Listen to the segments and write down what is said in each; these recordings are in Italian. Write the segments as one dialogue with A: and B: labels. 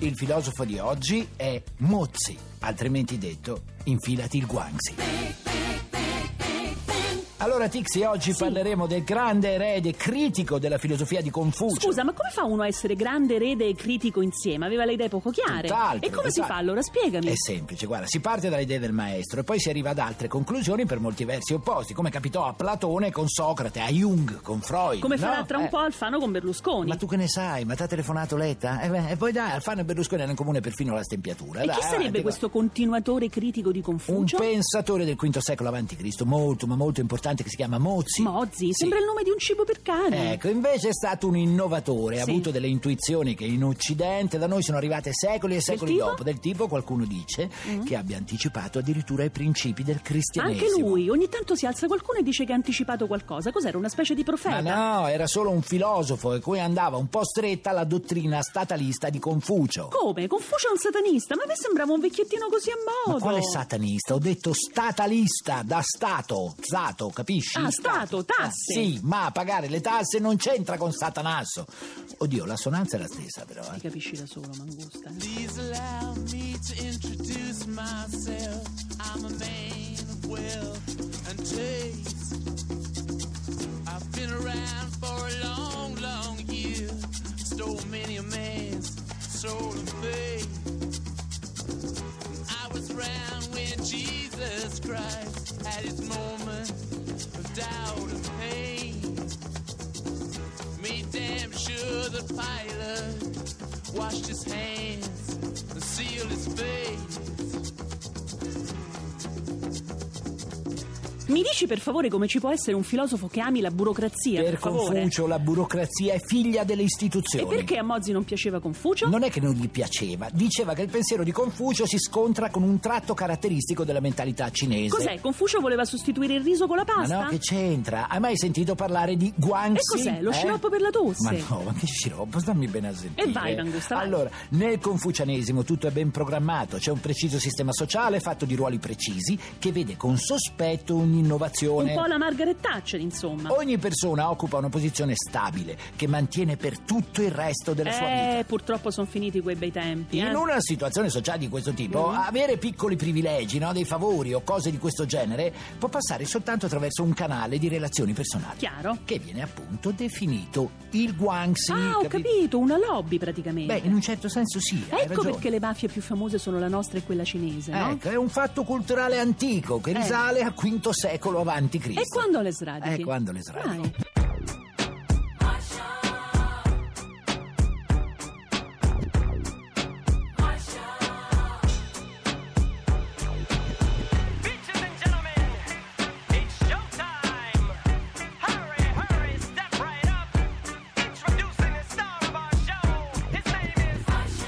A: Il filosofo di oggi è Mozzi, altrimenti detto infilati il guanzi. Allora Tixi, oggi
B: Sì.
A: parleremo del grande erede critico della filosofia di Confucio.
B: Scusa, ma come fa uno a essere grande erede e critico insieme? Aveva le idee poco chiare.
A: Tutt'altro, esatto. Eh
B: e come si
A: tutt'altro.
B: fa allora? Spiegami.
A: È semplice, guarda, si parte dalle idee del maestro e poi si arriva ad altre conclusioni per molti versi opposti, come capitò a Platone con Socrate, a Jung con Freud.
B: come
A: no?
B: farà tra un
A: Eh,
B: po' Alfano con Berlusconi.
A: Ma tu che ne sai? Ma t'ha telefonato Letta? Eh beh, e poi dai, Alfano e Berlusconi hanno in comune perfino la stempiatura.
B: e
A: dai,
B: chi sarebbe
A: avanti,
B: questo continuatore critico di
A: va. Un
B: Confucio?
A: pensatore del V secolo a.C., molto ma molto importante, che si chiama Mozzi.
B: Mozzi,
A: Sì.
B: sembra il nome di un cibo per cani.
A: Ecco, invece è stato un innovatore,
B: Mm.
A: ha
B: Sì.
A: avuto delle intuizioni che in Occidente da noi sono arrivate secoli e secoli
B: tipo? Mm.
A: dopo, del tipo qualcuno dice che abbia anticipato addirittura i principi del
B: Anche
A: cristianesimo.
B: lui, ogni tanto si alza qualcuno e dice che ha anticipato qualcosa. Cos'era? Una specie di
A: Ma
B: profeta?
A: no, era solo un filosofo e cui andava un po' stretta la dottrina statalista di Confucio.
B: Come? Confucio è un satanista? Ma a me sembrava un vecchiettino così a modo.
A: Ma quale satanista? Ho detto statalista, da stato, stato, capisci?
B: Ah, stato, tasse.
A: Ah, sì, ma pagare le tasse non c'entra con satanasso. Oddio, la sonanza è la stessa però.
B: Ti
A: eh.
B: capisci da solo, Mangusta. eh?
C: Please allow me to introduce myself. I'm a man of wealth and taste. I've been around for a long, long year. Stole many a man's soul and faith. I was around when Jesus Christ had his moment of doubt and pain. Made damn sure the pilot washed his hands and sealed his face.
B: Mi dici per favore come ci può essere un filosofo che ami la burocrazia? Per,
A: Per
B: favore.
A: Confucio la burocrazia è figlia delle
B: E
A: istituzioni.
B: perché a Mozzi non piaceva Confucio?
A: Non è che non gli piaceva, diceva che il pensiero di Confucio si scontra con un tratto caratteristico della mentalità cinese.
B: Cos'è? Confucio voleva sostituire il riso con la
A: Ma
B: pasta?
A: no, che c'entra? Hai mai sentito parlare di
B: E
A: Guangxi?
B: cos'è? Lo
A: eh?
B: sciroppo per la
A: Ma
B: tosse?
A: no, ma che sciroppo, stammi bene a sentire.
B: E vai, Mangusta, vai.
A: Allora, nel confucianesimo tutto è ben programmato, c'è un preciso sistema sociale fatto di ruoli precisi che vede con sospetto ogni innovazione.
B: Un po' la Margaret Thatcher, insomma.
A: Ogni persona occupa una posizione stabile che mantiene per tutto il resto della sua vita.
B: eh, purtroppo sono finiti quei bei tempi. eh.
A: In una situazione sociale di questo tipo,
B: Mm.
A: avere piccoli privilegi, no, dei favori o cose di questo genere, può passare soltanto attraverso un canale di relazioni personali.
B: Chiaro?
A: Che viene appunto definito il Guangxi.
B: ah, ho
A: capi-
B: capito, una lobby praticamente.
A: Beh, in un certo senso sì. hai
B: ecco
A: ragione.
B: perché le mafie più famose sono la nostra e quella cinese, no?
A: Ecco, è un fatto culturale antico che
B: Eh.
A: risale al V secolo avanti Cristo.
B: E quando le sradichi?
A: Eh, quando le sradichi.
B: Dai.
D: Ladies and gentlemen, it's showtime. Hurry, hurry, step right up. Introducing the star of our show. His name is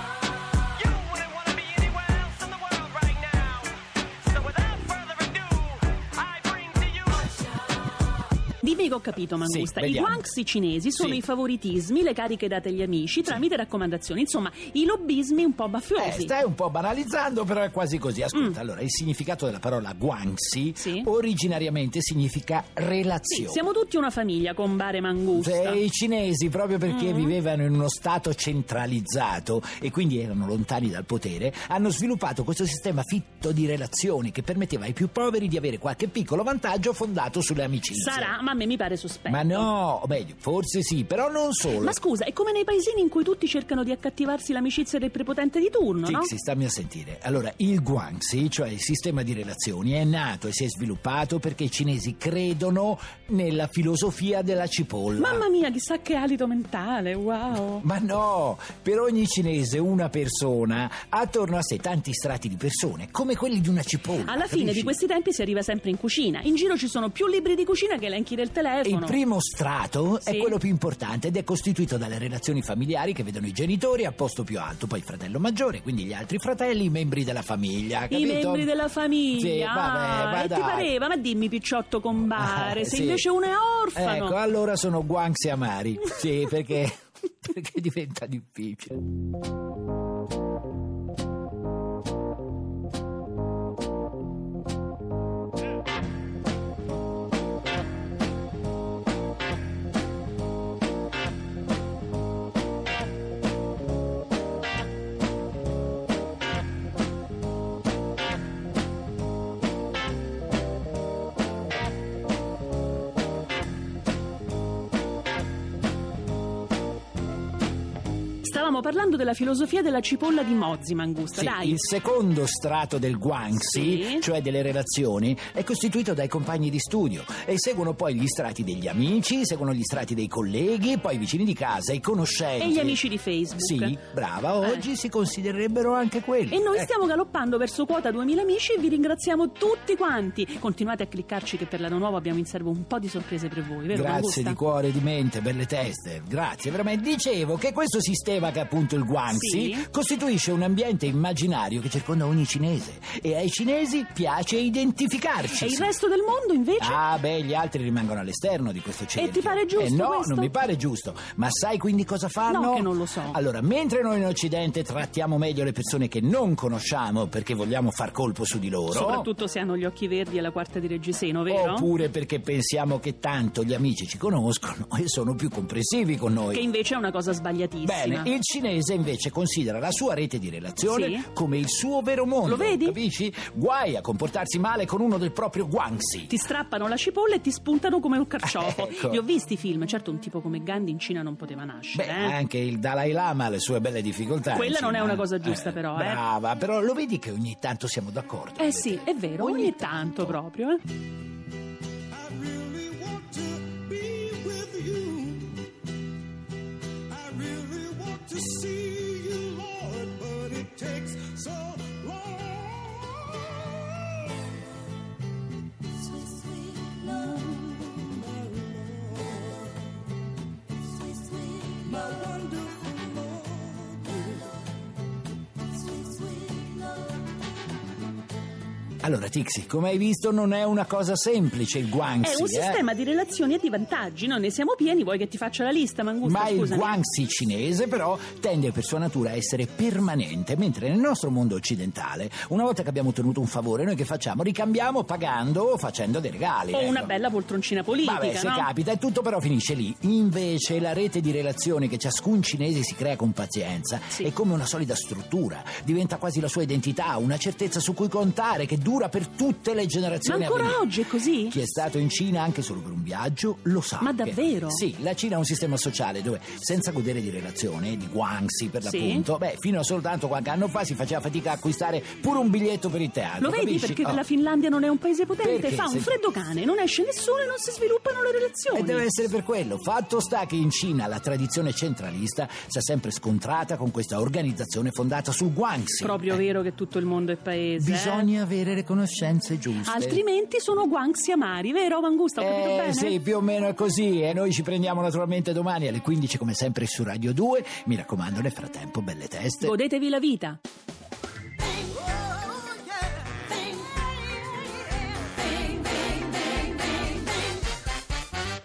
D: You wouldn't want to be anywhere else in the world right now. So without further ado, I bring to you.
B: Dimmi che ho capito, Mangusta. I
A: vediamo.
B: guanxi cinesi sono
A: Sì.
B: i favoritismi, le cariche date agli amici tramite raccomandazioni, insomma, i lobbismi un po'
A: Eh,
B: mafiosi.
A: stai un po' banalizzando, però è quasi così.
B: Mm.
A: Ascolta, allora, il significato della parola Guangxi
B: Sì.
A: originariamente significa
B: Sì,
A: relazione.
B: siamo tutti una famiglia con bare mangusta.
A: Cioè, I cinesi, proprio perché
B: Mm.
A: vivevano in uno stato centralizzato e quindi erano lontani dal potere, hanno sviluppato questo sistema fitto di relazioni che permetteva ai più poveri di avere qualche piccolo vantaggio fondato sulle amicizie.
B: Sarà, ma a me mi pare sospetto.
A: Ma no, o meglio, forse sì, però non solo.
B: Ma scusa, è come nei paesini in cui tutti cercano di accattivarsi l'amicizia del prepotente di turno, no?
A: Tixi, stammi a sentire. Allora, il Guangxi, cioè il sistema di relazioni, è nato e si è sviluppato perché i cinesi credono nella filosofia della cipolla.
B: Mamma mia, chissà che alito mentale, wow.
A: Ma no, per ogni cinese una persona ha attorno a sé tanti strati di persone, come quelli di una cipolla.
B: Alla fine
A: capisci?
B: di questi tempi si arriva sempre in cucina. In giro ci sono più libri di cucina che elenchi del telefono.
A: Il primo strato
B: Sì.
A: è quello più importante ed è costituito dalle relazioni familiari che vedono i genitori al posto più alto, poi il fratello maggiore, quindi gli altri fratelli, i membri della famiglia.
B: I
A: capito?
B: membri della famiglia. Ah,
A: Sì, vabbè, ma
B: e ti
A: dai.
B: pareva? Ma dimmi Picciotto Combare,
A: Eh,
B: se
A: sì.
B: invece uno è orfano.
A: Ecco, allora sono guanxi amari. Sì, perché, perché diventa difficile.
B: Stavamo parlando della filosofia della cipolla di Mozzi, Mangusta,
A: Sì,
B: dai.
A: il secondo strato del guanxi,
B: Sì.
A: cioè delle relazioni, è costituito dai compagni di studio e seguono poi gli strati degli amici, seguono gli strati dei colleghi, poi i vicini di casa, i conoscenti.
B: E gli amici di Facebook.
A: Sì, brava,
B: Eh.
A: oggi si considererebbero anche quelli.
B: E noi
A: Ecco.
B: stiamo galoppando verso quota 2000 amici e vi ringraziamo tutti quanti. Continuate a cliccarci che per l'anno nuovo abbiamo in serbo un po' di sorprese per voi, vero
A: Grazie
B: Mangusta?
A: di cuore, di mente, per le teste, grazie veramente. Dicevo che questo sistema che è appunto il Guangxi
B: Sì.
A: costituisce un ambiente immaginario che circonda ogni cinese e ai cinesi piace identificarci.
B: E il resto del mondo invece?
A: Ah, beh, gli altri rimangono all'esterno di questo cerchio.
B: ti pare giusto
A: Eh no,
B: questo?
A: non mi pare giusto. Ma sai quindi cosa fanno?
B: No, che non lo so.
A: Allora, mentre noi in Occidente trattiamo meglio le persone che non conosciamo perché vogliamo far colpo su di loro.
B: Soprattutto se hanno gli occhi verdi e la quarta di Reggiseno, vero?
A: Oppure perché pensiamo che tanto gli amici ci conoscono e sono più comprensivi con noi.
B: Che invece è una cosa sbagliatissima.
A: Bene, il cinese invece considera la sua rete di relazione
B: Sì.
A: come il suo vero mondo.
B: Lo vedi?
A: Capisci? Guai a comportarsi male con uno del proprio guangxi.
B: Ti strappano la cipolla e ti spuntano come un carciofo.
A: Ecco.
B: Li ho visti i film, certo un tipo come Gandhi in Cina non poteva nascere.
A: Beh,
B: eh.
A: anche il Dalai Lama ha le sue belle difficoltà.
B: Quella non
A: insomma.
B: è una cosa giusta, però, eh.
A: Brava, però lo vedi che ogni tanto siamo d'accordo.
B: Eh sì, è vero, ogni, tanto, proprio. eh.
C: I really want to be with you. I really want to see you, Lord, but it takes so long.
E: Sweet, sweet love, Mary Lord. Sweet, sweet
C: My
E: love,
C: wonderful Lord,
E: Mary Lord. Sweet, sweet love.
A: Allora, Tixi, come hai visto, non è una cosa semplice il Guangxi.
B: è un
A: eh.
B: sistema di relazioni e di vantaggi, no? Ne siamo pieni, vuoi che ti faccia la lista, Mangusta?
A: Ma il
B: scusami.
A: Guangxi cinese però tende per sua natura a essere permanente, mentre nel nostro mondo occidentale, una volta che abbiamo ottenuto un favore, noi che facciamo? Ricambiamo pagando o facendo dei regali.
B: O
A: ecco.
B: una bella poltroncina politica,
A: Vabbè, se
B: no?
A: capita, e tutto però finisce lì. Invece la rete di relazioni che ciascun cinese si crea con pazienza
B: Sì.
A: è come una solida struttura, diventa quasi la sua identità, una certezza su cui contare che dura per tutte le
B: Ma
A: generazioni. a
B: ancora
A: venire.
B: oggi è così?
A: Chi è stato in Cina anche solo per un viaggio lo sa.
B: Ma
A: che-
B: davvero?
A: Sì, la Cina è un sistema sociale dove senza godere di relazione, di guangxi per
B: Sì.
A: l'appunto, beh, fino a soltanto qualche anno fa si faceva fatica a acquistare pure un biglietto per il teatro.
B: Lo vedi
A: capisci?
B: perché
A: Oh.
B: la Finlandia non è un paese potente,
A: Perché?
B: fa un
A: Se-
B: freddo cane, non esce nessuno e non si sviluppano le relazioni.
A: E deve essere per quello. Fatto sta che in Cina la tradizione centralista si è sempre scontrata con questa organizzazione fondata sul Guangxi.
B: Proprio vero che tutto il mondo è paese. eh?
A: Bisogna avere le conoscenze giuste.
B: Altrimenti sono guanxi amari, vero Mangusta? Ho capito
A: Eh
B: bene?
A: sì, più o meno è così. E noi ci prendiamo naturalmente domani alle 15 come sempre su Radio 2. Mi raccomando, nel frattempo, belle teste.
B: Godetevi la vita.
E: Bang,
C: oh yeah.
E: bang, bang, bang, bang, bang, bang.